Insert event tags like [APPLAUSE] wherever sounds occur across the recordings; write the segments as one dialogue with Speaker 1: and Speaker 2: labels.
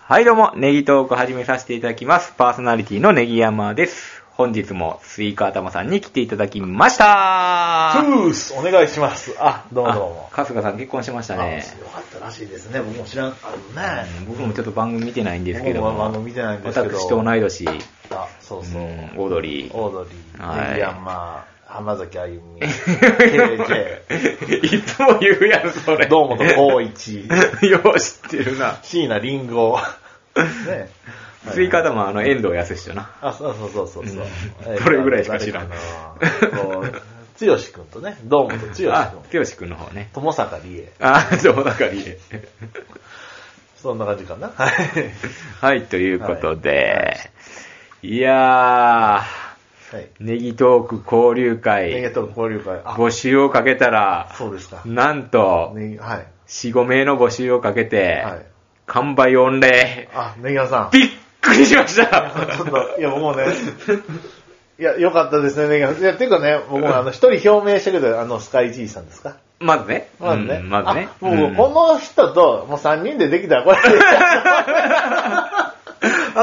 Speaker 1: はいどうも、ネギトーク始めさせていただきます。パーソナリティのネギ山です。本日もスイカ頭さんに来ていただきました
Speaker 2: トゥースお願いします。あ、どうもどうも
Speaker 1: あ。春日さん結婚しましたね。
Speaker 2: あよかったらしいですね。僕も知らん、あのね。
Speaker 1: うん僕もちょっと番組見てないんですけど
Speaker 2: 僕もあの見てないんですけど
Speaker 1: 私と同い年、
Speaker 2: あ、そうそう。
Speaker 1: うんオードリー。
Speaker 2: オードリ
Speaker 1: はい
Speaker 2: ー、ネギヤンマー、浜崎あゆみ、KJ、
Speaker 1: [LAUGHS] いつも言うやん、それ。
Speaker 2: どうもと高一、
Speaker 1: [LAUGHS] よう知ってるな。
Speaker 2: 椎名林檎。ね。
Speaker 1: スイカ頭はあの、遠藤康史とな。。
Speaker 2: あ、そうそうそうそうそううんえー
Speaker 1: それぐらいしか知らん
Speaker 2: 誰かなこう、剛君とね、どうもと剛君
Speaker 1: あ、剛くんの方ね。
Speaker 2: 友坂理恵。
Speaker 1: あ、そう、だからいいね。
Speaker 2: そんな感じかな。はい。
Speaker 1: はい、ということ
Speaker 2: は
Speaker 1: で、い、や
Speaker 2: はい。
Speaker 1: ー、ネギトーク交流
Speaker 2: ネギ
Speaker 1: 会、
Speaker 2: と交流会。あ、
Speaker 1: 募集をかけたら、
Speaker 2: そうですか。
Speaker 1: なんと、
Speaker 2: ね、はい。
Speaker 1: 4、5名の募集をかけて、
Speaker 2: はい。
Speaker 1: 完売御礼。
Speaker 2: あ、ネギヤさん。
Speaker 1: びっくりしまし
Speaker 2: ちょ
Speaker 1: た
Speaker 2: っと、いや、僕もね、いや、良かったですね、ネギヤさん。いや、ていうかね、僕もあの、一人表明してくれた、あの、スカイ G さんですか
Speaker 1: [LAUGHS] まずね。
Speaker 2: まずね。
Speaker 1: うんまずね
Speaker 2: あ。僕、この人と、もう三人でできたら、
Speaker 1: [LAUGHS]
Speaker 2: これ。あ、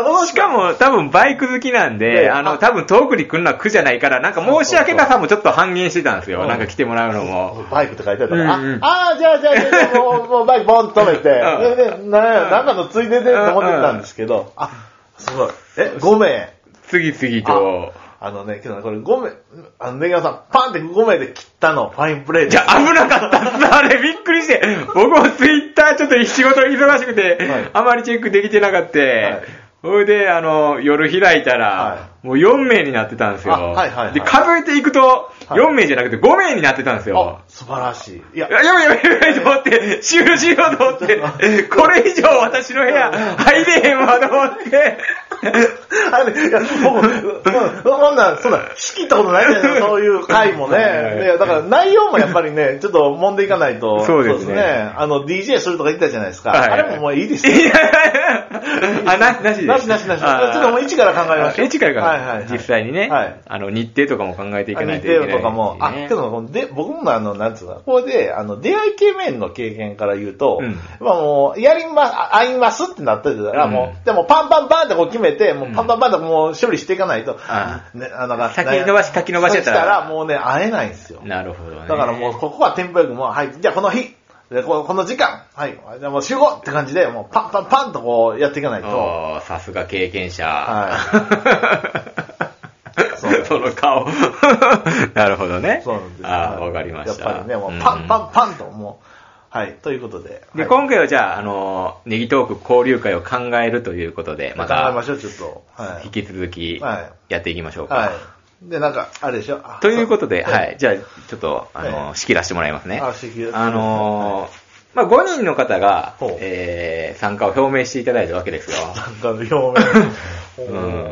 Speaker 2: この
Speaker 1: しかも、多分バイク好きなんで、
Speaker 2: で
Speaker 1: あの、
Speaker 2: あ
Speaker 1: 多分遠くに来るのは苦じゃないから、なんか申し訳なさもちょっと半減してたんですよ。
Speaker 2: うん
Speaker 1: なんか来てもらうのも。
Speaker 2: バイクって書いてあったから、
Speaker 1: うんうん
Speaker 2: あ、あーじゃあじゃあ、じゃあもう、もうバイクポンと止めて、
Speaker 1: うん
Speaker 2: ででななんかのついででと思ってたんですけど、あ、すごい。え、5名。
Speaker 1: 次々と。
Speaker 2: あのね、けどね、これ5名、あの、ネギヤさん、パンって5名で切ったの、ファインプレーで
Speaker 1: じゃあ危なかったっすあれびっくりして、僕もツイッターちょっと仕事忙しくて、
Speaker 2: はい
Speaker 1: あまりチェックできてなかった。
Speaker 2: い
Speaker 1: それで、あの、夜開いたら、
Speaker 2: は
Speaker 1: もう4名になってたんですよ。
Speaker 2: あはいはいはい
Speaker 1: で、数えていくと、
Speaker 2: はい
Speaker 1: 4名じゃなくて5名になってたんですよ
Speaker 2: あ。、素晴らしい。いや
Speaker 1: い、ややばいやばいやばいと思って、終了しようと思って、これ以上私の部屋入れへんわと思って、
Speaker 2: [LAUGHS] あれ、いや、僕、うんそんな、そんな、仕切ったこ
Speaker 1: [LAUGHS]
Speaker 2: とないですよ、そういう回もね。
Speaker 1: はい
Speaker 2: でだから内容もやっぱりね、ちょっと揉んでいかないと。
Speaker 1: [LAUGHS] そうですね
Speaker 2: あの、DJ するとか言ってたじゃないですか。
Speaker 1: はい
Speaker 2: あれももういいです
Speaker 1: い
Speaker 2: よ。
Speaker 1: やあ、な、なしです。
Speaker 2: なしなしなし。ち
Speaker 1: あー
Speaker 2: ょっともう一から考えましょう。
Speaker 1: 一から
Speaker 2: はいはいはい。
Speaker 1: 実際にね、
Speaker 2: はい。
Speaker 1: あの、日程とかも考えていかないといけ
Speaker 2: あ
Speaker 1: な
Speaker 2: 日
Speaker 1: い
Speaker 2: 程とかも、あ、
Speaker 1: ね
Speaker 2: けどで、僕もあの、なんつうか、ここで、あの、出会い系面の経験から言うと、
Speaker 1: うん
Speaker 2: まあもう、やります、あ会いますってなってたら、
Speaker 1: うん
Speaker 2: もう、でもパンパンパンってこう決めて、もうパンパンパンってもう処理していかないと、
Speaker 1: あ
Speaker 2: ね、あの、
Speaker 1: 先延ばし先延ばしや
Speaker 2: や
Speaker 1: っ
Speaker 2: ったた
Speaker 1: ら
Speaker 2: ら、もうね、会えないんですよ。
Speaker 1: なるほどね。
Speaker 2: だからもう、ここはテンポよくもう、はい、じゃあこの日、でここの時間、はい、じゃあもう集合って感じで、もうパンパンパンとこうやっていかないと、
Speaker 1: おーさすが経験者。
Speaker 2: そう
Speaker 1: その顔。なるほどね。
Speaker 2: そうなんですよ
Speaker 1: あー
Speaker 2: はい
Speaker 1: わかりました。
Speaker 2: やっぱりね、もうパンパンパンと、もう、はい、ということで。
Speaker 1: うん。で、
Speaker 2: はい
Speaker 1: 今回はじゃあ、あの、ネギトーク交流会を考えるということで、ま
Speaker 2: 考え
Speaker 1: た、
Speaker 2: ましょう、ちょっと。は
Speaker 1: 引
Speaker 2: い。
Speaker 1: き続き、
Speaker 2: は
Speaker 1: やっていきましょう
Speaker 2: い。は
Speaker 1: か。
Speaker 2: い。で、なんか、あれでしょあ
Speaker 1: ということで、
Speaker 2: そう
Speaker 1: はい。じゃあ、ちょっと、あ
Speaker 2: は
Speaker 1: の、仕切らせてもらいますね。
Speaker 2: あ仕切ら
Speaker 1: あのー、まあ、5人の方が
Speaker 2: ほう、
Speaker 1: えー参加を表明していただいたわけですよ。
Speaker 2: [LAUGHS] なんか、表面。
Speaker 1: うん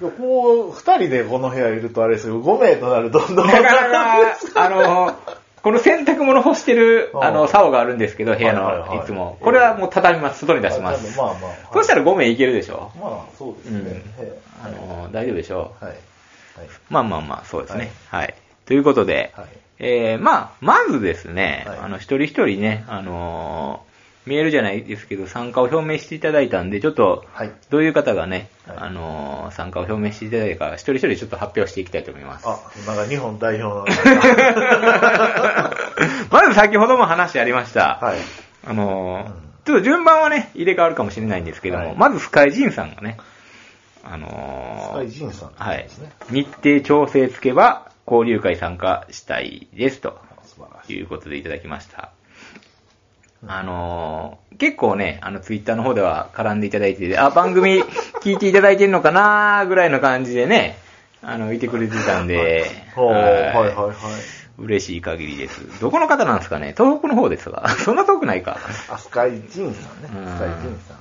Speaker 2: いやこう、二人でこの部屋いるとあれですけど、5名となるとどんどん。
Speaker 1: なか
Speaker 2: [LAUGHS]
Speaker 1: なか、あの、この洗濯物干してる、
Speaker 2: うん
Speaker 1: あの、竿があるんですけど、部屋
Speaker 2: はいはいは
Speaker 1: の、
Speaker 2: い
Speaker 1: いつも。これはもう畳みます。外に出します。
Speaker 2: まあまあ。
Speaker 1: そうした
Speaker 2: ら、
Speaker 1: ら5名いけるでしょ
Speaker 2: まあ、そうで
Speaker 1: う
Speaker 2: す
Speaker 1: ん
Speaker 2: ね。ええ
Speaker 1: あの、大丈夫でしょ
Speaker 2: はい。はい。
Speaker 1: まあまあまあ、そうですね。はい。ということで、
Speaker 2: はい。
Speaker 1: えー、まあ、まずですね、
Speaker 2: はい
Speaker 1: あの、一人一人ね、あのー、メールじゃないですけど、参加を表明していただいたんで、ちょっと、
Speaker 2: はい。
Speaker 1: どういう方がね、
Speaker 2: はい
Speaker 1: あのー、参加を表明していただいたか、一人一人ちょっと発表していきたいと思います。
Speaker 2: あ、なんか日本代表の。
Speaker 1: [LAUGHS] まず先ほども話ありました。
Speaker 2: はい。
Speaker 1: あのー
Speaker 2: うん
Speaker 1: ちょっと順番はね、入れ替わるかもしれないんですけども、
Speaker 2: はい
Speaker 1: まずスカイジンさんがね、あの
Speaker 2: ス
Speaker 1: ー
Speaker 2: カイジンさん
Speaker 1: はい
Speaker 2: ですね。
Speaker 1: 日程調整つけば、交流会参加したいです、と
Speaker 2: 素晴らしい。
Speaker 1: いうことでいただきました。あのー結構ね、あの、ツイッターの方では絡んでいただいてて、あ、番組聞いていただいてるのかなぐらいの感じでね、あの、いてくれてたんで、
Speaker 2: ほう、
Speaker 1: は
Speaker 2: はいいはいはい。
Speaker 1: 嬉しい限りです。どこの方なんですかね東北の方ですが。そんな遠くないか。
Speaker 2: あ、スカイジンさんね。ス
Speaker 1: うん
Speaker 2: カイジンさん。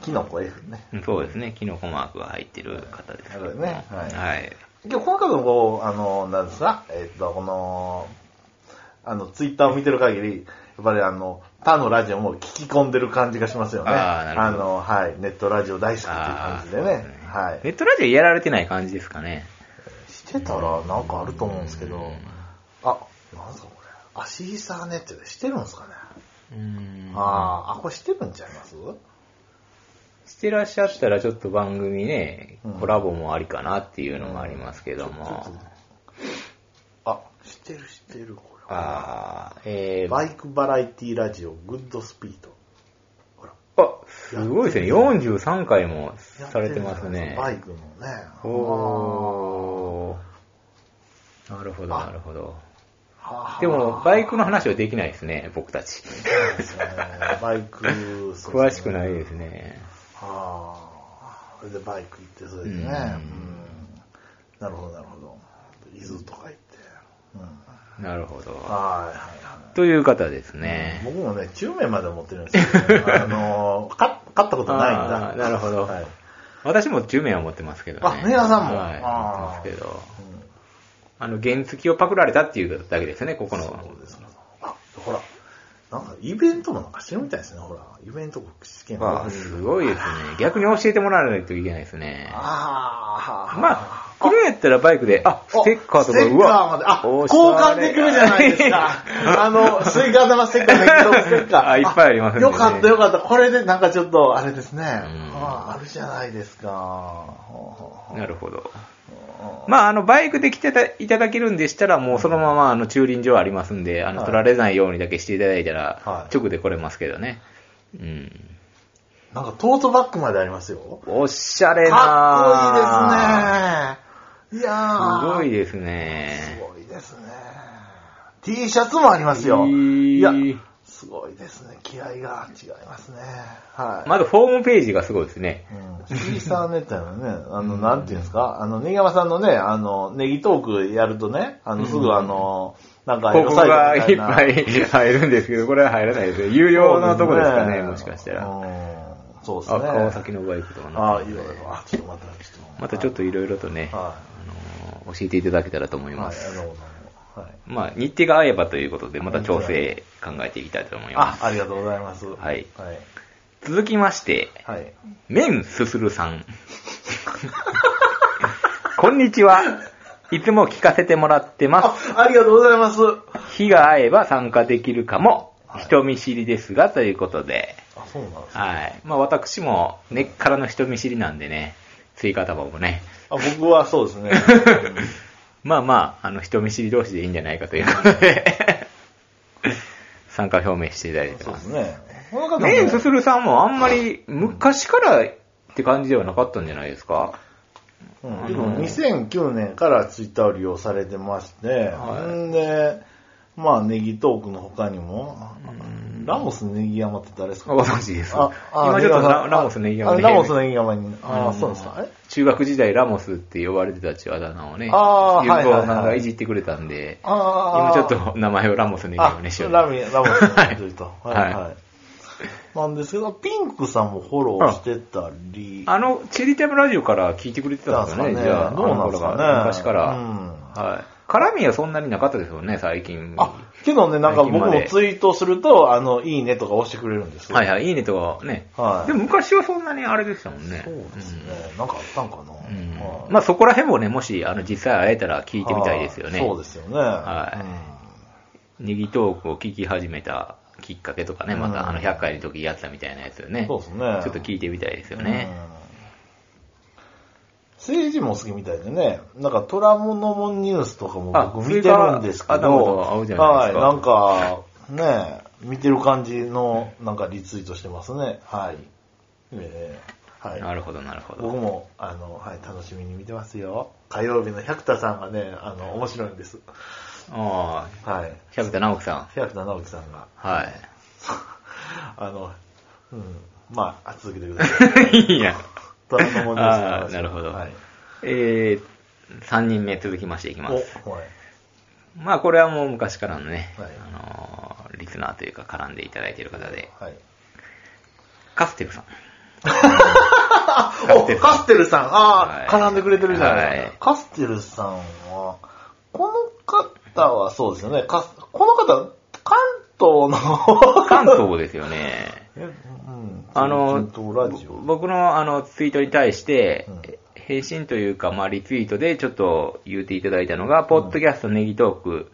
Speaker 2: キノコ F ね。
Speaker 1: うんそうですね、キノコマークが入ってる方ですけども
Speaker 2: なるほどねはい
Speaker 1: はい。
Speaker 2: 今日、この方もこう、あの、なんですか、えっと、この、あの、ツイッターを見てる限り、やっぱりあの、他のラジオも聞き込んでる感じがしますよね。
Speaker 1: あーなるほど
Speaker 2: の、はい、ネットラジオ大好きっていう感じでね。
Speaker 1: あー
Speaker 2: はい。
Speaker 1: ネットラジオやられてない感じですかね。
Speaker 2: してたらなんかあると思うんですけ
Speaker 1: う
Speaker 2: ど
Speaker 1: ん、
Speaker 2: あ、なんすかこれ、アシーサーネットでしてるんですかね。
Speaker 1: うん
Speaker 2: あーあ、これしてるんちゃいます
Speaker 1: してらっしゃったらちょっと番組ね
Speaker 2: うん、
Speaker 1: コラボもありかなっていうのがありますけども。
Speaker 2: あ、知ってる知ってる、これ。
Speaker 1: あー、えー、
Speaker 2: バイクバラエティラジオ、グッドスピード。ほら。
Speaker 1: あ、すごいですね。43回もされてます
Speaker 2: やってる
Speaker 1: ね
Speaker 2: じゃ。ないですかバイクのね。
Speaker 1: おー。なるほど、なるほど。
Speaker 2: あー
Speaker 1: でも、バイクの話はできないですね、僕たち。
Speaker 2: そうですね [LAUGHS] バイク、そう
Speaker 1: 詳
Speaker 2: で
Speaker 1: し
Speaker 2: すね
Speaker 1: くないですね。
Speaker 2: ああ、それでバイク行って、それで
Speaker 1: う
Speaker 2: ね、うんん、なるほど、なるほど。伊豆とか行って、うん、は
Speaker 1: なるほ
Speaker 2: い
Speaker 1: ど。
Speaker 2: はいは
Speaker 1: という方です
Speaker 2: い。
Speaker 1: ね。
Speaker 2: 僕もね、中名まで持ってるんですけ
Speaker 1: [LAUGHS]
Speaker 2: ど、あのー、か買ったことないん
Speaker 1: あー
Speaker 2: だ。
Speaker 1: なるほど
Speaker 2: はい。
Speaker 1: 私も10名は持ってますけどね。
Speaker 2: あ皆さんも
Speaker 1: はい、持
Speaker 2: あ
Speaker 1: ってます
Speaker 2: ー
Speaker 1: けど。あの、原付きをパクられたっていうだけですよね、ここ
Speaker 2: この、
Speaker 1: の。
Speaker 2: そうですね。あ、ほら、なんかイベントもなんかしてるみたいですね、ほら。イベント告知券
Speaker 1: あーすごいですね。逆に教えてもらわないといけないですね。
Speaker 2: ああ、
Speaker 1: まあ、これやったらバイクで、あ、ス
Speaker 2: お
Speaker 1: テッカーとか、
Speaker 2: ステ
Speaker 1: う
Speaker 2: ッカーま
Speaker 1: わ
Speaker 2: で、あ、
Speaker 1: お
Speaker 2: 交
Speaker 1: しゃ
Speaker 2: 換
Speaker 1: れ
Speaker 2: できるじゃないですか。あの、スイカ玉ステッカー、ネギトロステッカ
Speaker 1: [LAUGHS]
Speaker 2: ー。
Speaker 1: あいっぱいありますね
Speaker 2: よかったよかった。これでなんかちょっと、あれですね。あああるじゃないですか。
Speaker 1: [LAUGHS] なるほど。まあ、あの、バイクで来てたいただけるんでしたら、もうそのまま、あの、駐輪場ありますんで、あの、
Speaker 2: はい
Speaker 1: 取られないようにだけしていただいたら
Speaker 2: は、い
Speaker 1: 直で来れますけどね。うん。
Speaker 2: なんかトートバッグまでありますよ。
Speaker 1: おしゃれなぁ
Speaker 2: かっこいいですね。いやー
Speaker 1: すごいです
Speaker 2: す
Speaker 1: ね。
Speaker 2: ごいですね。T シャツもありますよ。
Speaker 1: いい
Speaker 2: いや、すごいですね。気合が違いますね。はい。
Speaker 1: まず、ホームページがすごいですね。
Speaker 2: うんシーサーネタのね、あの、なんていうんですか、あの、ネギ山さんのね、あの、ネギトークやるとね、あの、すぐあの、なんか、
Speaker 1: 広告が
Speaker 2: エロサ
Speaker 1: い
Speaker 2: イ
Speaker 1: っ
Speaker 2: ト
Speaker 1: ぱ
Speaker 2: み
Speaker 1: い入るんですけど、これは入らないですよ。有料のとこですかね、もしかした。
Speaker 2: そ
Speaker 1: ら。
Speaker 2: うですねうんそうですね。
Speaker 1: あ、川崎のバイクとかな
Speaker 2: あ、いいよいいよあ、ちょっとまた、ちょっと。
Speaker 1: またちょっといろいろとね、
Speaker 2: は
Speaker 1: あの教えていただけたらと思い
Speaker 2: い。は
Speaker 1: ま
Speaker 2: い、
Speaker 1: す。
Speaker 2: あの、はい。
Speaker 1: まあ、日程が合えばということで、また調整考えていきたいと思いま
Speaker 2: あ、
Speaker 1: す。
Speaker 2: ありがとうございます。はい。
Speaker 1: はい。
Speaker 2: はい。
Speaker 1: 続きまして、
Speaker 2: はい。
Speaker 1: メンすするさ
Speaker 2: [LAUGHS]
Speaker 1: ん。こんにちは。いつも聞かせてもらってます。
Speaker 2: あ、ありがとうございます。あ、
Speaker 1: 日が合えば参加できるかも
Speaker 2: は。い
Speaker 1: 人見知りですが、ということで。
Speaker 2: そうなんですね
Speaker 1: はい。まあ私も根っからの人見知りなんでね、追加束もね。
Speaker 2: あ、僕はそう
Speaker 1: [LAUGHS]
Speaker 2: ですね。
Speaker 1: まあまあ、あの、人見知り同士でいいんじゃないかということで、 [LAUGHS] 参加表明していただいて
Speaker 2: そう
Speaker 1: ま
Speaker 2: です
Speaker 1: す。
Speaker 2: ね。この方も
Speaker 1: ねえ、すするさんもあんまり昔からって感じではなかったんじゃないですか
Speaker 2: うんでも2009年からツイッターを利用されてまして、
Speaker 1: はい
Speaker 2: んで、まあ、ネギトークの他にも、ラモスネギ山って誰ですか
Speaker 1: 私です。
Speaker 2: あ
Speaker 1: 今
Speaker 2: あ
Speaker 1: ちょっとラ
Speaker 2: あ
Speaker 1: ラモスネギ山
Speaker 2: あ
Speaker 1: で。
Speaker 2: ラモスネギ山に。あ
Speaker 1: の
Speaker 2: あ、そうですか。あれ
Speaker 1: 中学時代ラモスって呼ばれてたちあだ名をね、
Speaker 2: あー
Speaker 1: ゆうこ
Speaker 2: はいはいはい
Speaker 1: さんがいじってくれたんで、
Speaker 2: あ
Speaker 1: 今
Speaker 2: あ。
Speaker 1: ちょっと名前をラモスネギ山にしよ
Speaker 2: あ
Speaker 1: う。
Speaker 2: ラミラモスネギ山と。
Speaker 1: は
Speaker 2: はいい
Speaker 1: は
Speaker 2: はい。なんですけど、ピンクさんもフォローしてたり、
Speaker 1: あの、チェリティブラジオから聞いてくれてたんですかね、
Speaker 2: なんすかね
Speaker 1: じゃあ、
Speaker 2: どうなんすか
Speaker 1: あ
Speaker 2: ね
Speaker 1: の頃が昔から。
Speaker 2: うん
Speaker 1: はい。絡みはそんなになかったですよね、最近。
Speaker 2: あ、けどね、なんか僕
Speaker 1: 最近ま
Speaker 2: も
Speaker 1: で
Speaker 2: ツイートすると、あの、いいねとか押してくれるんですよ
Speaker 1: はいはい、いいねとかね。
Speaker 2: はい
Speaker 1: でも昔はそんなにあれでしたもんね。
Speaker 2: そうですね。なんかあったんかな。
Speaker 1: うん。うん
Speaker 2: はい
Speaker 1: まあそこら辺もね、もし、あの、実際会えたら聞いてみたいですよね。
Speaker 2: はいそうですよね。
Speaker 1: はい
Speaker 2: うん
Speaker 1: ネギトークを聞き始めたきっかけとかね、ま
Speaker 2: うん
Speaker 1: たあの100回の時やったみたいなやつよね。
Speaker 2: そうですね。
Speaker 1: ちょっと聞いてみたいですよね。
Speaker 2: うん。政治も好きみたいでね、なんかトラモノモンニュースとかも
Speaker 1: あ
Speaker 2: 僕見てるんですけ
Speaker 1: それから頭
Speaker 2: ど、
Speaker 1: と合うじゃないですか
Speaker 2: はい、なんか、ね、見てる感じの、なんかリツイートしてますね。はい。ええはい。
Speaker 1: なるほど、なるほ
Speaker 2: 僕
Speaker 1: ど。
Speaker 2: も、あの、はい、楽しみに見てますよ。火曜日の百田さんがね、あの、面白いんです。
Speaker 1: ああ、
Speaker 2: はい。
Speaker 1: 百田直樹さん。
Speaker 2: 百田直樹さんが。
Speaker 1: はい。
Speaker 2: あの、うん。まあ、続けてください。
Speaker 1: [LAUGHS] いいや。
Speaker 2: トラの問題
Speaker 1: あーなるほど
Speaker 2: はい。
Speaker 1: えー、3人目続きましていきます。
Speaker 2: お、はい。
Speaker 1: まあこれはもう昔からのね、
Speaker 2: はい
Speaker 1: あのーリスナーというか絡んでいただいている方で、
Speaker 2: はい。
Speaker 1: カステルさん。
Speaker 2: お、カステルさん。
Speaker 1: は
Speaker 2: あ
Speaker 1: い
Speaker 2: あ、絡んでくれてるじゃない
Speaker 1: は
Speaker 2: です
Speaker 1: い
Speaker 2: か。カステルさんは、この方はそうですよね。カスこの方、関東の、
Speaker 1: [LAUGHS] 関東ですよね。
Speaker 2: えうん
Speaker 1: あの
Speaker 2: 関東ラジ
Speaker 1: ぼ
Speaker 2: オ。
Speaker 1: 僕のあのツイートに対して、
Speaker 2: うん
Speaker 1: 返信というか、まあリツイートでちょっと言っていただいたのが、ポッドキャストネギトーク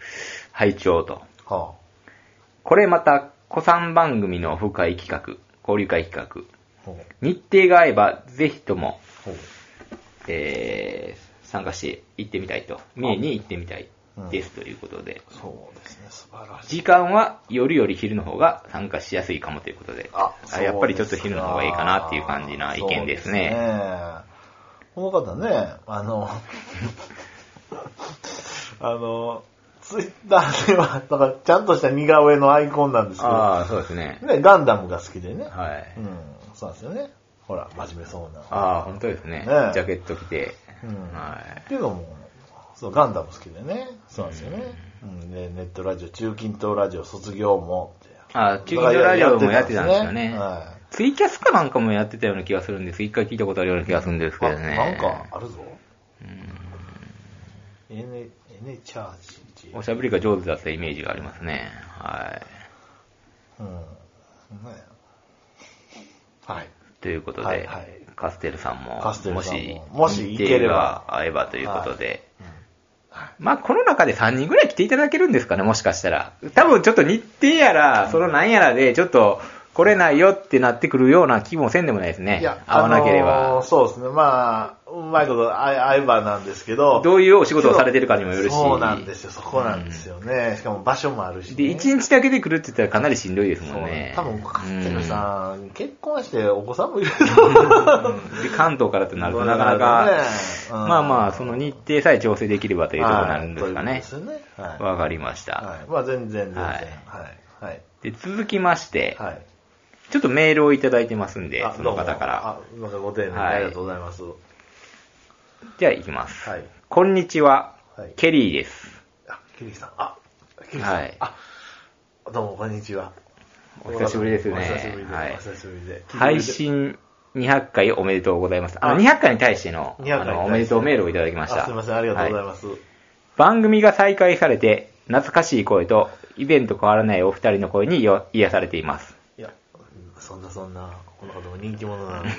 Speaker 1: 拝聴と。
Speaker 2: は
Speaker 1: これまた、古参番組のオフ会企画、交流会企画。
Speaker 2: あ、ほう
Speaker 1: 日程が合えば、ぜひとも、
Speaker 2: ほう
Speaker 1: えー参加して行ってみたいと、三重に行ってみたいですということで、
Speaker 2: そうですね、素晴らしい。
Speaker 1: 時間は夜より昼の方が参加しやすいかもということで、
Speaker 2: そうですか
Speaker 1: やっぱりちょっと昼の方がいいかなっていう感じな意見ですね。
Speaker 2: そうこの方ね、あの、 [LAUGHS] あの、ツイッターでは、だからちゃんとした似顔絵のアイコンなんですけど、
Speaker 1: ああ、そうですね。
Speaker 2: ね、ガンダムが好きでね、
Speaker 1: はい。
Speaker 2: うん、そうなんですよね。ほら、真面目そうな。
Speaker 1: ああ、本当ですね。
Speaker 2: ね
Speaker 1: ジャケット着て。
Speaker 2: うん
Speaker 1: はい。
Speaker 2: けども、そう、ガンダム好きでね、そうなんですよね。うん、でネットラジオ、中近東ラジオ卒業もって。
Speaker 1: ああ、中京ラジオもやってたんですよね。
Speaker 2: は
Speaker 1: ツイキャスかなんかもやってたような気がするんです。一回聞いたことあるような気がするんです
Speaker 2: い。
Speaker 1: け
Speaker 2: あ
Speaker 1: どね。
Speaker 2: なんかあるぞ。
Speaker 1: う
Speaker 2: N、N チャージ。
Speaker 1: ん。おしゃべりが上手だったイメージがありますね。はい。
Speaker 2: うん。そんなんやはい。
Speaker 1: ということで、
Speaker 2: はいはい
Speaker 1: カステルさんも、
Speaker 2: カステルさんも
Speaker 1: も
Speaker 2: も
Speaker 1: し、
Speaker 2: し
Speaker 1: 日
Speaker 2: 行
Speaker 1: 程
Speaker 2: ければ
Speaker 1: が合えばということで、
Speaker 2: うん
Speaker 1: まあ、この中で3人ぐらい来ていただけるんですかね、もしかしたら。多分ちょっと日程やら、そのなんやらで、ちょっと来れないよってなってくるような気もせんでもないですね。
Speaker 2: いや、
Speaker 1: 合わなけれ
Speaker 2: あのー
Speaker 1: ば。
Speaker 2: そうですね。まあ、うまいこと、あいあいばなんですけど。
Speaker 1: どういうお仕事をされてるかにもよるし。
Speaker 2: そうなんですよ。そこなんですよね。しかも場所もあるし、ね。
Speaker 1: で、1日だけで来るって言ったらかなりしんどいです
Speaker 2: そ
Speaker 1: も
Speaker 2: うんね
Speaker 1: ね。。
Speaker 2: 多分、カッテル
Speaker 1: うん
Speaker 2: さん、結婚してお子さんもいると
Speaker 1: で関東からってなるとなかなか、まあまあ、その日程さえ調整できればというところになるんですか
Speaker 2: はい
Speaker 1: ね
Speaker 2: と。いうことですよね。はい。
Speaker 1: わかりました。
Speaker 2: はい、まあ、全然、全然。
Speaker 1: は
Speaker 2: はいい。はい。
Speaker 1: で、続きまして、
Speaker 2: はい。
Speaker 1: ちょっとメールをいただいてますんで
Speaker 2: あ、
Speaker 1: その方か。
Speaker 2: ど
Speaker 1: ら。
Speaker 2: うもあなんかご丁寧に
Speaker 1: はい
Speaker 2: ありがとうございます。は
Speaker 1: じゃあ行きます。
Speaker 2: い。
Speaker 1: こんにちは
Speaker 2: はい、
Speaker 1: ケリーです。
Speaker 2: あ、キリキさん。あ、キリキさん。
Speaker 1: はい
Speaker 2: あ、どうも、こんにちは。
Speaker 1: お久しぶりですね
Speaker 2: お久しぶりで。
Speaker 1: はい
Speaker 2: お久しぶりで。
Speaker 1: 配信200回おめでとうございます。あの、200回に対しての、あ
Speaker 2: 200回
Speaker 1: の、おめでとうメールをいただきました。
Speaker 2: あすいません、ありがとうござい
Speaker 1: は
Speaker 2: ます。
Speaker 1: 番組が再開されて、懐かしい声と、以前と変わらないお二人の声によ癒されています。
Speaker 2: いや、そんなそんな、この方も人気者なので。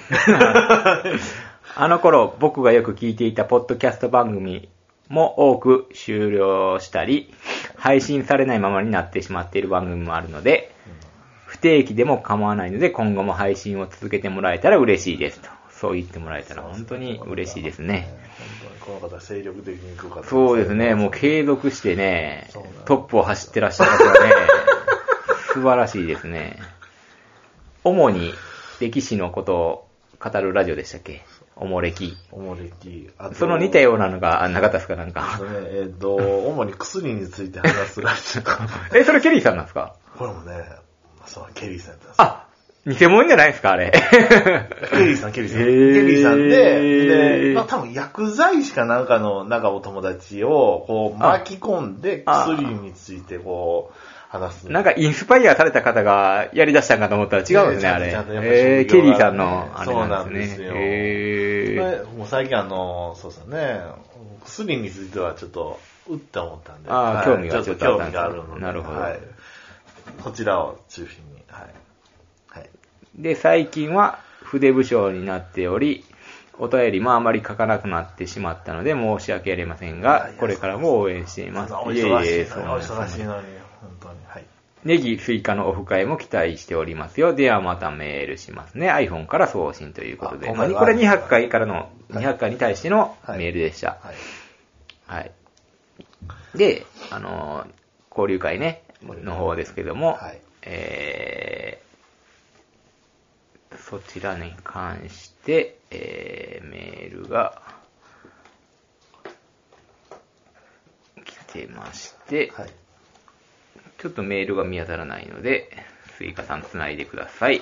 Speaker 1: あの頃、僕がよく聞いていたポッドキャスト番組も多く終了したり、配信されないままになってしまっている番組もあるので、不定期でも構わないので、今後も配信を続けてもらえたら嬉しいですと。そう言ってもらえたら [LAUGHS] 本当に嬉しいですね。
Speaker 2: 本当にこの方、精力的に行く方。
Speaker 1: そうですね、もう継続してね
Speaker 2: そうなんで、す
Speaker 1: トップを走ってらっしゃる方 [LAUGHS] はね、素晴らしいですね。主に歴史のことを語るラジオでしたっけおもれき。
Speaker 2: おもれき。あと
Speaker 1: その似たようなのがなかったですかなん
Speaker 2: あ
Speaker 1: か
Speaker 2: と。ね、えっ、と、主に薬について話すらしい。
Speaker 1: え、それケリーさんなんですか
Speaker 2: これもね、そう、ケリーさんやったんです
Speaker 1: あ、
Speaker 2: よ
Speaker 1: 偽物じゃないですかあれ。
Speaker 2: [LAUGHS] ケリーさん、ケリーさん。
Speaker 1: へ
Speaker 2: ケ
Speaker 1: ー
Speaker 2: リーさんで、で、まあ多分薬剤師かなんかの、なんかお友達を、こう、巻き込んで、
Speaker 1: あ
Speaker 2: 薬について、こう、話す。
Speaker 1: なんかインスパイアされた方がやり出したんかと思ったら違うんですね、あれ。
Speaker 2: ちゃんとやっぱり
Speaker 1: えー、ケ
Speaker 2: 職業
Speaker 1: リー
Speaker 2: が
Speaker 1: さ
Speaker 2: あ
Speaker 1: ん
Speaker 2: る
Speaker 1: のあれなんです
Speaker 2: そう
Speaker 1: ね
Speaker 2: な。ん
Speaker 1: へ
Speaker 2: で
Speaker 1: ー。
Speaker 2: もう最近あの、そうですね、薬についてはちょっと、うって思ったんで。
Speaker 1: ああ
Speaker 2: はい
Speaker 1: 興味が
Speaker 2: ちょっ
Speaker 1: ちょっ
Speaker 2: と
Speaker 1: とあ
Speaker 2: 興
Speaker 1: ったん
Speaker 2: 味
Speaker 1: ですね
Speaker 2: があるので。
Speaker 1: なるほど
Speaker 2: はいこちらを中心に、はい。はい。
Speaker 1: で、最近は筆不詳になっており、お便りもあまり書かなくなってしまったので申し訳ありません
Speaker 2: いや
Speaker 1: が
Speaker 2: いや、
Speaker 1: これからも応援しています。
Speaker 2: お忙しい
Speaker 1: え
Speaker 2: のに、
Speaker 1: え
Speaker 2: お
Speaker 1: そうなんです
Speaker 2: 忙しいのに、本当に。はい。
Speaker 1: ネギ、スイカのオフ会も期待しておりますよ。ではまたメールしますね。iPhone から送信ということで。
Speaker 2: あ
Speaker 1: まあ、
Speaker 2: 今
Speaker 1: これ
Speaker 2: 回は
Speaker 1: 200回からの、200回に対しての
Speaker 2: はい
Speaker 1: メールでした。
Speaker 2: はい。
Speaker 1: はい。で、あのー交流会ね、の方ですけども、
Speaker 2: はい
Speaker 1: えー、そちらに関して、えー、メールが、来てまして、
Speaker 2: はい。
Speaker 1: ちょっとメールが見当たらないので、スイカさん繋いでください。
Speaker 2: い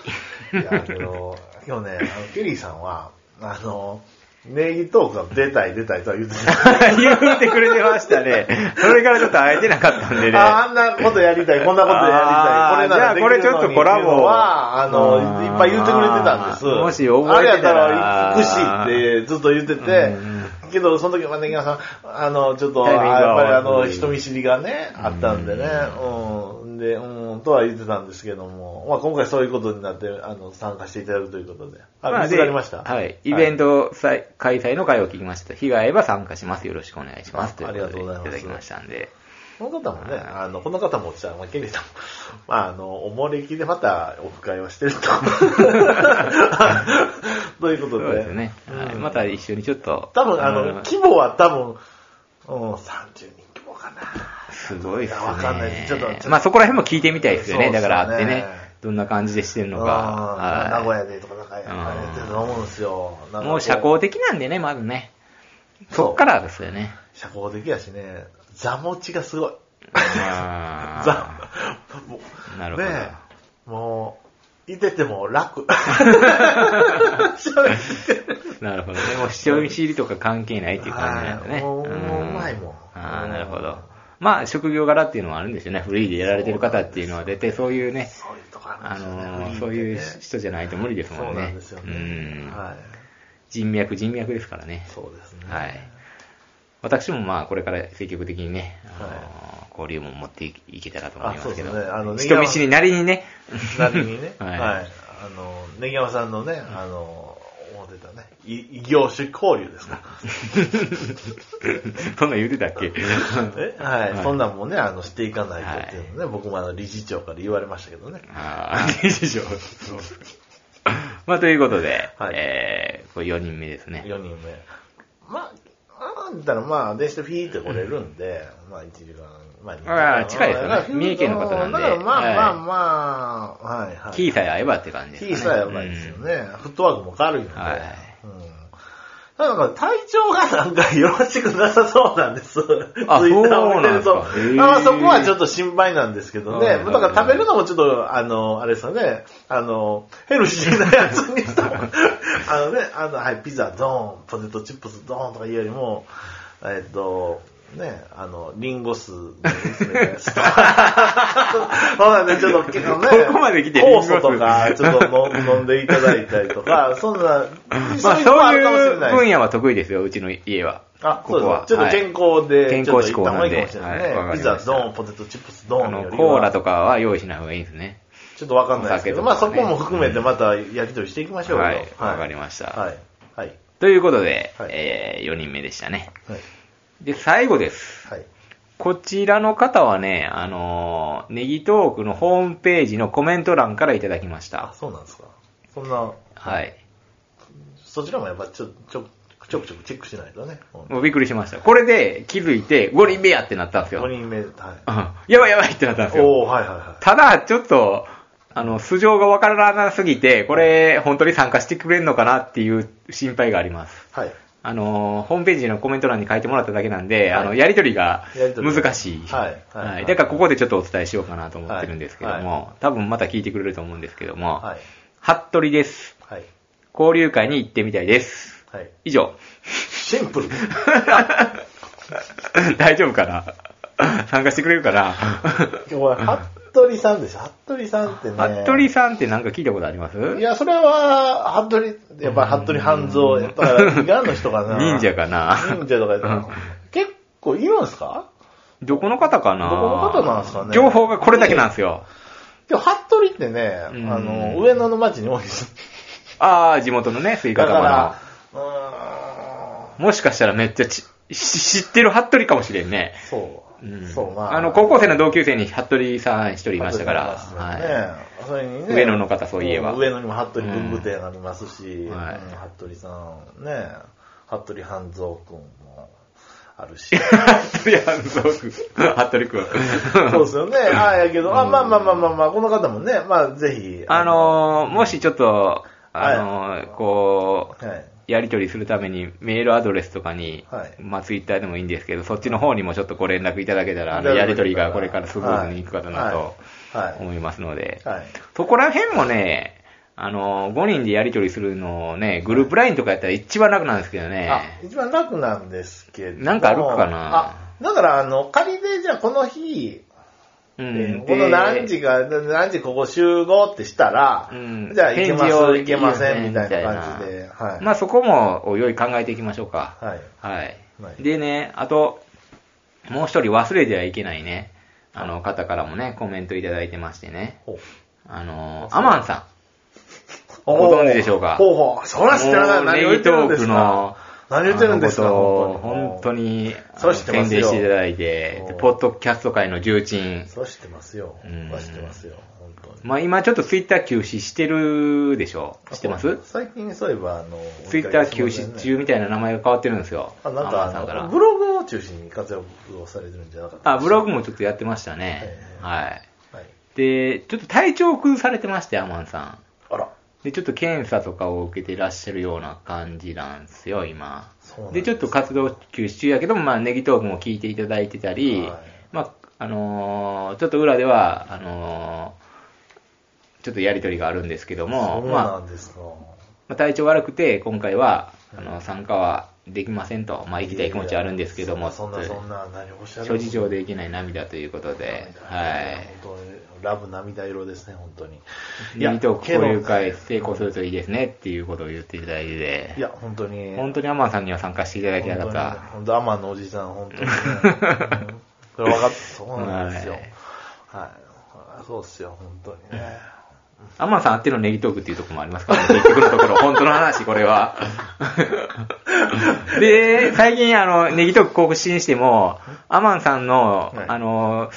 Speaker 2: や、あの、今日ね、あの、ケリーさんは、あの、ネギトークが出たい出たいとは言ってた。
Speaker 1: [LAUGHS] 言ってくれてましたね。それからちょっと会えてなかったんでね。
Speaker 2: ああんなことやりたい、こんなことやり
Speaker 1: あー
Speaker 2: たい、これならできるのに
Speaker 1: じゃあこれちょっとコラボ
Speaker 2: っていうのは、あ
Speaker 1: あ
Speaker 2: の、
Speaker 1: ー
Speaker 2: いっぱい言ってくれてたんです。
Speaker 1: もし覚えてたら
Speaker 2: あれやったら行くしってずっと言ってて
Speaker 1: うん、
Speaker 2: けど、その時はネギさん、あの、ちょっと、
Speaker 1: タイミングが合
Speaker 2: やっぱりあ
Speaker 1: わな
Speaker 2: の、
Speaker 1: い
Speaker 2: 人見知りがね、あったんでね、うん、で、うん、とは言ってたんですけども、まあ今回そういうことになって、あの、参加していただくということで。あ、見つかりました。
Speaker 1: ではい。イベントさい開催の会を聞きました。被害は参加します。よろしくお願いします。
Speaker 2: あ
Speaker 1: ということ
Speaker 2: ありがとうご
Speaker 1: で、
Speaker 2: ざい
Speaker 1: い
Speaker 2: ます
Speaker 1: ただきましたんで。
Speaker 2: この方もね、あの、この方もじゃあ、まあ、ケンリーさんも、 [LAUGHS] まあ、あの、おもれきでまたオフ会を
Speaker 1: [LAUGHS]
Speaker 2: してると。ということで。
Speaker 1: そうですね。はい
Speaker 2: うん
Speaker 1: また一緒にちょっと。
Speaker 2: 多分、あの、規模は多分、うん、30人規模かな。
Speaker 1: すごいっすね。
Speaker 2: いやわかんないちょっとちょっと
Speaker 1: まあそこら辺も聞いてみたいですよね。
Speaker 2: そうっす
Speaker 1: だか
Speaker 2: ね
Speaker 1: らあってね。どんな感じでしてるのか。
Speaker 2: うん名古
Speaker 1: は
Speaker 2: 屋でとかなんかやってると思うんですよ。なん
Speaker 1: い。
Speaker 2: か
Speaker 1: もう社交的なんでね、まずね。
Speaker 2: そう
Speaker 1: そっからですよね。
Speaker 2: 社交的やしね、座持ちがすごい。
Speaker 1: あー
Speaker 2: [LAUGHS] 座、もう
Speaker 1: なるほど
Speaker 2: ねえもう、いてても楽。 [LAUGHS]
Speaker 1: なるほどね。もう人見知りとか関係ないっていう感じなんだね。
Speaker 2: はいもうもうんうまいもん
Speaker 1: ああ、なるほ
Speaker 2: うん
Speaker 1: ど。まあ、職業柄っていうのはあるんですよね。フリーでやられてる方っていうのは、絶対そういうね、
Speaker 2: そういうとこあ
Speaker 1: あ
Speaker 2: るんですよね
Speaker 1: のー、
Speaker 2: フ
Speaker 1: そう
Speaker 2: リー
Speaker 1: い
Speaker 2: って
Speaker 1: う
Speaker 2: ね
Speaker 1: 人じゃないと無理ですもんね。
Speaker 2: そうなんですよね。
Speaker 1: うん
Speaker 2: はい。
Speaker 1: 人脈、人脈ですからね。
Speaker 2: そうですね。
Speaker 1: はい。私もまあ、これから積極的にね、あのー
Speaker 2: はい
Speaker 1: 交流も持っていけたらと思いますけど、
Speaker 2: あそうですねあのね
Speaker 1: 人見知りなりに
Speaker 2: [LAUGHS]
Speaker 1: ね、。
Speaker 2: なりにね
Speaker 1: [LAUGHS] は
Speaker 2: はいい。あの、ネギヤマさんのね、あの、思ってたね、い異業種交流で
Speaker 1: [LAUGHS]
Speaker 2: すか。
Speaker 1: そんなん言うてたっ
Speaker 2: [LAUGHS]
Speaker 1: け
Speaker 2: えはい、
Speaker 1: はい
Speaker 2: そんなんもね、あの、していかないとっていうのね、僕もあの、理事長から言われましたけどね。
Speaker 1: ああ、いいでしょう。 [LAUGHS] まあ、ということで、
Speaker 2: はい
Speaker 1: えー、これ4人目ですね。
Speaker 2: 4人目。まあ、なんたらまあ、電車でフィーって来れるんで、まあ、1時間、まあ、2時間。
Speaker 1: ああ近いですよね
Speaker 2: まあ
Speaker 1: 三重県の方なんで
Speaker 2: だからまあ
Speaker 1: はい
Speaker 2: まあまあ、はい、はい。
Speaker 1: キーさえ合えばって感じです
Speaker 2: 小
Speaker 1: かね。
Speaker 2: さいやばいですよね。フットワークも軽いので。
Speaker 1: はい
Speaker 2: うんただなんか体調がなんかよろしくなさそうなんです。あ、そう
Speaker 1: そうなんですかへー
Speaker 2: あそこはちょっと心配なんですけど
Speaker 1: は
Speaker 2: ね。
Speaker 1: いはいはい
Speaker 2: だから食べるのもちょっと、あの、あれですよね。あの、ヘルシーなやつ
Speaker 1: [LAUGHS]
Speaker 2: にしたらあのね、あの、はい、ピザドーン、ポテトチップスドーンとかいうよりも、えっと、ね、あの、リンゴ酢の薄めたや
Speaker 1: [LAUGHS]
Speaker 2: つとか。そうなんで、ちょっと、結構ね、
Speaker 1: ここまで来てリンゴ
Speaker 2: 酵
Speaker 1: 酢
Speaker 2: 素とか、ちょっと飲ん飲んでいただいたりと
Speaker 1: [LAUGHS]
Speaker 2: か、そんな、
Speaker 1: まあ、
Speaker 2: のも
Speaker 1: そう
Speaker 2: るかもし
Speaker 1: い
Speaker 2: れ
Speaker 1: う
Speaker 2: ない
Speaker 1: 分野は得意ですよ、うちの家は。
Speaker 2: あ、そ
Speaker 1: ここ
Speaker 2: うで
Speaker 1: は
Speaker 2: す。ちょっと健康
Speaker 1: はい
Speaker 2: で、
Speaker 1: 健
Speaker 2: ちょっ
Speaker 1: 康志
Speaker 2: と
Speaker 1: 向
Speaker 2: 行った方
Speaker 1: な
Speaker 2: が
Speaker 1: ん
Speaker 2: いいか
Speaker 1: で
Speaker 2: もしれないね。
Speaker 1: はいわか
Speaker 2: ピ
Speaker 1: りま
Speaker 2: ザ
Speaker 1: した
Speaker 2: ドーン、ポテトチップスドー
Speaker 1: あ
Speaker 2: ンよ
Speaker 1: の、
Speaker 2: りは
Speaker 1: コーラとかは用意しない方がいいですね。
Speaker 2: ちょっとわかんないですけど、
Speaker 1: お
Speaker 2: まあ
Speaker 1: 酒とか
Speaker 2: そ
Speaker 1: ね
Speaker 2: こも含めてまたやりとりしていきましょうよ。
Speaker 1: はいわかりました
Speaker 2: はい。はい。
Speaker 1: ということで、
Speaker 2: はい
Speaker 1: えー、4人目でしたね。
Speaker 2: はい。
Speaker 1: で、最後です。
Speaker 2: はい。
Speaker 1: こちらの方はね、あのーネギトークのホームページのコメント欄からいただきまし
Speaker 2: あ、
Speaker 1: た。
Speaker 2: そうなんですか。そんな、
Speaker 1: はい。
Speaker 2: そちらもやっぱちょ、ちょ、ちょくちょくチェックしないとね。
Speaker 1: もうびっくりしました。これで気づいて5人目やってなったんですよ。
Speaker 2: 5
Speaker 1: うん
Speaker 2: 人目、はい。
Speaker 1: やばいやばいってなったんですよ。
Speaker 2: おー、はいはいはい。
Speaker 1: ただ、ちょっと、あの、素性がわからなすぎて、これ、本当に参加してくれるのかなっていう心配があります。
Speaker 2: はい。
Speaker 1: あの、ホームページのコメント欄に書いてもらっただけなんで、あの、やりとりが
Speaker 2: やりとりが
Speaker 1: 難しい。
Speaker 2: はいはいはい
Speaker 1: だから、ここでちょっとお伝えしようかなと思ってるんですけども、
Speaker 2: は
Speaker 1: 多分また聞いてくれると思うんですけども、
Speaker 2: はい。
Speaker 1: 服部です。
Speaker 2: はい。
Speaker 1: 交流会に行ってみたいです。
Speaker 2: はい。
Speaker 1: 以
Speaker 2: [LAUGHS]
Speaker 1: 上。
Speaker 2: シンプル。
Speaker 1: 大丈夫かな参加してくれるかな
Speaker 2: おい、服部さんでしょ。服部さんってね。
Speaker 1: 服部さんってなんか聞いたことあります
Speaker 2: いや、それは、服部、やっぱ服部半蔵、やっぱ、伊賀の人かな。
Speaker 1: 忍者かな
Speaker 2: 忍者とかやっ
Speaker 1: うん
Speaker 2: ぱ、結構いるんですか
Speaker 1: どこの方かな
Speaker 2: どこの方なんですかね
Speaker 1: 情報がこれだけなんですよ。
Speaker 2: でも、服部ってね、あ
Speaker 1: うん
Speaker 2: の、上野の町に多いです。
Speaker 1: ああ、地元のね、スイカ
Speaker 2: だ
Speaker 1: 玉
Speaker 2: から、うーん、
Speaker 1: の。もしかしたらめっちゃちし知ってる服部かもしれんね。
Speaker 2: そう。
Speaker 1: うん
Speaker 2: そう、まあ。
Speaker 1: あの、高校生の同級生に服部さん一人いましたから。
Speaker 2: 服部さんいますよね
Speaker 1: は
Speaker 2: それにね。
Speaker 1: 上野の方そういえば
Speaker 2: ん上野にも服部文具店ありますし、
Speaker 1: うんはい
Speaker 2: うん服部さん、ね、服部半蔵君もあ
Speaker 1: [LAUGHS]
Speaker 2: るし。
Speaker 1: い。服部半蔵君。服部君。
Speaker 2: [LAUGHS] そうですよね。ああ、やけど、あ、まあまあまあまあまあ、この方もね、まあぜひ。
Speaker 1: あ、のー、もしちょっと、あのー、こう、
Speaker 2: はい。
Speaker 1: やり取りするためにメールアドレスとかに、
Speaker 2: はい
Speaker 1: まあツイッターでもいいんですけど、そっちの方にもちょっとご連絡いただけたら、あの
Speaker 2: いただけたら
Speaker 1: やり取りがこれからスムーズにいくかなと
Speaker 2: はいはい
Speaker 1: 思いますので、
Speaker 2: はい。
Speaker 1: そこら辺もね、あの、5人でやり取りするのをね、グループラインとかやったら一番楽なんですけど
Speaker 2: あ、
Speaker 1: ね。
Speaker 2: 一番楽なんですけど。
Speaker 1: なんかあるかな
Speaker 2: あ、だからあの、仮でじゃあこの日、
Speaker 1: う
Speaker 2: え
Speaker 1: ん。
Speaker 2: ーこの何時か、何時ここ集合ってしたら
Speaker 1: うん、
Speaker 2: じゃあ行けます、
Speaker 1: 返事を
Speaker 2: 行けませ
Speaker 1: いいよね
Speaker 2: ん、みたいな感じで。はい。
Speaker 1: まあそこも、おいおい考えていきましょうか。
Speaker 2: はい。
Speaker 1: はい。
Speaker 2: はい
Speaker 1: でね、あと、もう一人忘れてはいけないね、あの方からもね、コメントいただいてましてね。
Speaker 2: ほう
Speaker 1: あの、アマンさん。ご存知でしょうか
Speaker 2: ほうほう。そら知ってなか
Speaker 1: も
Speaker 2: った。
Speaker 1: う
Speaker 2: 何
Speaker 1: ネ
Speaker 2: を言
Speaker 1: ギ
Speaker 2: って
Speaker 1: ト
Speaker 2: るん
Speaker 1: ー
Speaker 2: です
Speaker 1: ク
Speaker 2: か
Speaker 1: の
Speaker 2: 何言ってるんですか、
Speaker 1: あのことを
Speaker 2: 本
Speaker 1: 本
Speaker 2: 当
Speaker 1: 当
Speaker 2: に。
Speaker 1: に、あ
Speaker 2: そう
Speaker 1: の
Speaker 2: 知って
Speaker 1: 宣
Speaker 2: ますよ
Speaker 1: 伝していただいて、
Speaker 2: うん
Speaker 1: でポッドキャスト界の重鎮。
Speaker 2: そう知ってますよ。
Speaker 1: うん
Speaker 2: そう知ってますよ。本当に。
Speaker 1: まあ今ちょっとツイッター休止してるでしょ知ってます
Speaker 2: 最近そういえば、あの、
Speaker 1: ツイッター休止中みたいな名前が変わってるんですよ。
Speaker 2: あ、なん
Speaker 1: アマンさんか
Speaker 2: からあの、ブ。ログを中心に活躍をされてるんじゃなかった
Speaker 1: あ、ブログもちょっとやってましたね。はい。
Speaker 2: はい。
Speaker 1: で、ちょっと体調を崩されてまして、アマンさん。
Speaker 2: あら。
Speaker 1: で、ちょっと検査とかを受けてらっしゃるような感じなんですよ、今。
Speaker 2: そうなん
Speaker 1: で、ちょっと活動休止中やけども、まあ、ネギトークも聞いていただいてたり、
Speaker 2: はい
Speaker 1: まあ、あのーちょっと裏では、あのーちょっとやりとりがあるんですけども、
Speaker 2: そう
Speaker 1: まあ
Speaker 2: なんですか。
Speaker 1: まあ、体調悪くて、今回は、あの、参加はできませんと、まあ、行きたい気持ちはあるんですけども、
Speaker 2: そんな、
Speaker 1: ちょ
Speaker 2: そ
Speaker 1: っ
Speaker 2: んな、何をおっしゃ
Speaker 1: と
Speaker 2: る
Speaker 1: 諸事情でいけない涙ということで、はい。
Speaker 2: 本当に、ラブ涙色ですね、本当に。
Speaker 1: ネギトーク交流会
Speaker 2: けど
Speaker 1: 成功するといいですねっていうことを言っていただいて
Speaker 2: い、や、本当に。
Speaker 1: 本当にアマンさんには参加していただきたかっ
Speaker 2: 本当
Speaker 1: た。
Speaker 2: に本当、アマンのおじさん、本当
Speaker 1: [LAUGHS]
Speaker 2: にね。うんこれ分かっそうなんですよ。
Speaker 1: は
Speaker 2: はい
Speaker 1: い。
Speaker 2: そうっすよ、本当にね。
Speaker 1: アマンさんあってのネギトークっていうところもあります
Speaker 2: [LAUGHS]
Speaker 1: からね、結局のところ、本当の話、これは。で、最近、あの、ネギトーク更新しても、アマンさんの、
Speaker 2: はい
Speaker 1: あの、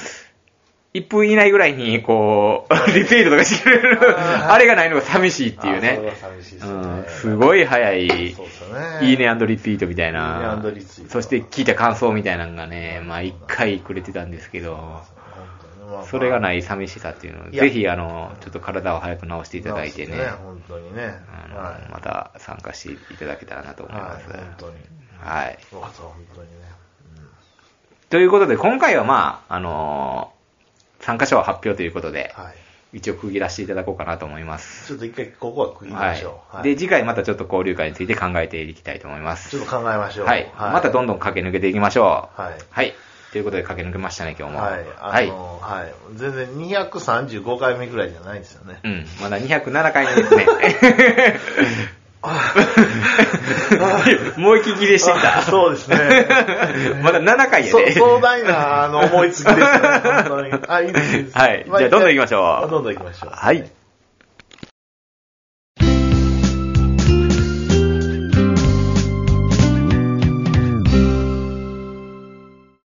Speaker 1: 1分以内ぐらいに、こう、リツイートとかしてくれる、
Speaker 2: あー
Speaker 1: あれがないのが寂しいっていう
Speaker 2: あそれ
Speaker 1: ね
Speaker 2: は。寂しいですね
Speaker 1: うん、すごい早い、い
Speaker 2: そうっすよね。
Speaker 1: いねリツイートみたいな。
Speaker 2: いいねリツイート
Speaker 1: そして聞いた感想みたいなのがね、まあ一回くれてたんですけど、
Speaker 2: 本当に。まあまあ
Speaker 1: それがない寂しさっていうのを、
Speaker 2: いや
Speaker 1: ぜひ、あの、ちょっと体を早く治していただいてね。
Speaker 2: 本当にね。
Speaker 1: あの
Speaker 2: はい。
Speaker 1: また参加していただけたらなと思い
Speaker 2: は
Speaker 1: ま
Speaker 2: い
Speaker 1: す。
Speaker 2: 本当に。
Speaker 1: はい。
Speaker 2: そう本当にね。
Speaker 1: ということで、今回はまあ、あのー参加者を発表ということで、
Speaker 2: うんはい。
Speaker 1: 一応区切らせていただこうかなと思います。
Speaker 2: ちょっと一回ここは区切りま
Speaker 1: は
Speaker 2: しょう。
Speaker 1: い。
Speaker 2: はい
Speaker 1: で、次回またちょっと交流会について考えていきたいと思います。
Speaker 2: ちょっと考えましょう。
Speaker 1: はい。またどんどん駆け抜けていきましょう。
Speaker 2: はい
Speaker 1: はい。ということで駆け抜けましたね、今日も。
Speaker 2: はい。あの、はい。全然235回目ぐらいじゃないんですよね。
Speaker 1: うん。まだ207回目ですね。 [LAUGHS] もう息切れしてき
Speaker 2: あ
Speaker 1: た。
Speaker 2: [LAUGHS] そうで
Speaker 1: [LAUGHS]
Speaker 2: すね。
Speaker 1: まだ7回や
Speaker 2: そ
Speaker 1: ね。
Speaker 2: 壮大な、あの、思いつきですね。本当にあ、いいです。いいで
Speaker 1: [LAUGHS]
Speaker 2: す
Speaker 1: はい
Speaker 2: ま
Speaker 1: じゃあどんどん行きましょう
Speaker 2: あどんどん行きましょう。
Speaker 1: はい。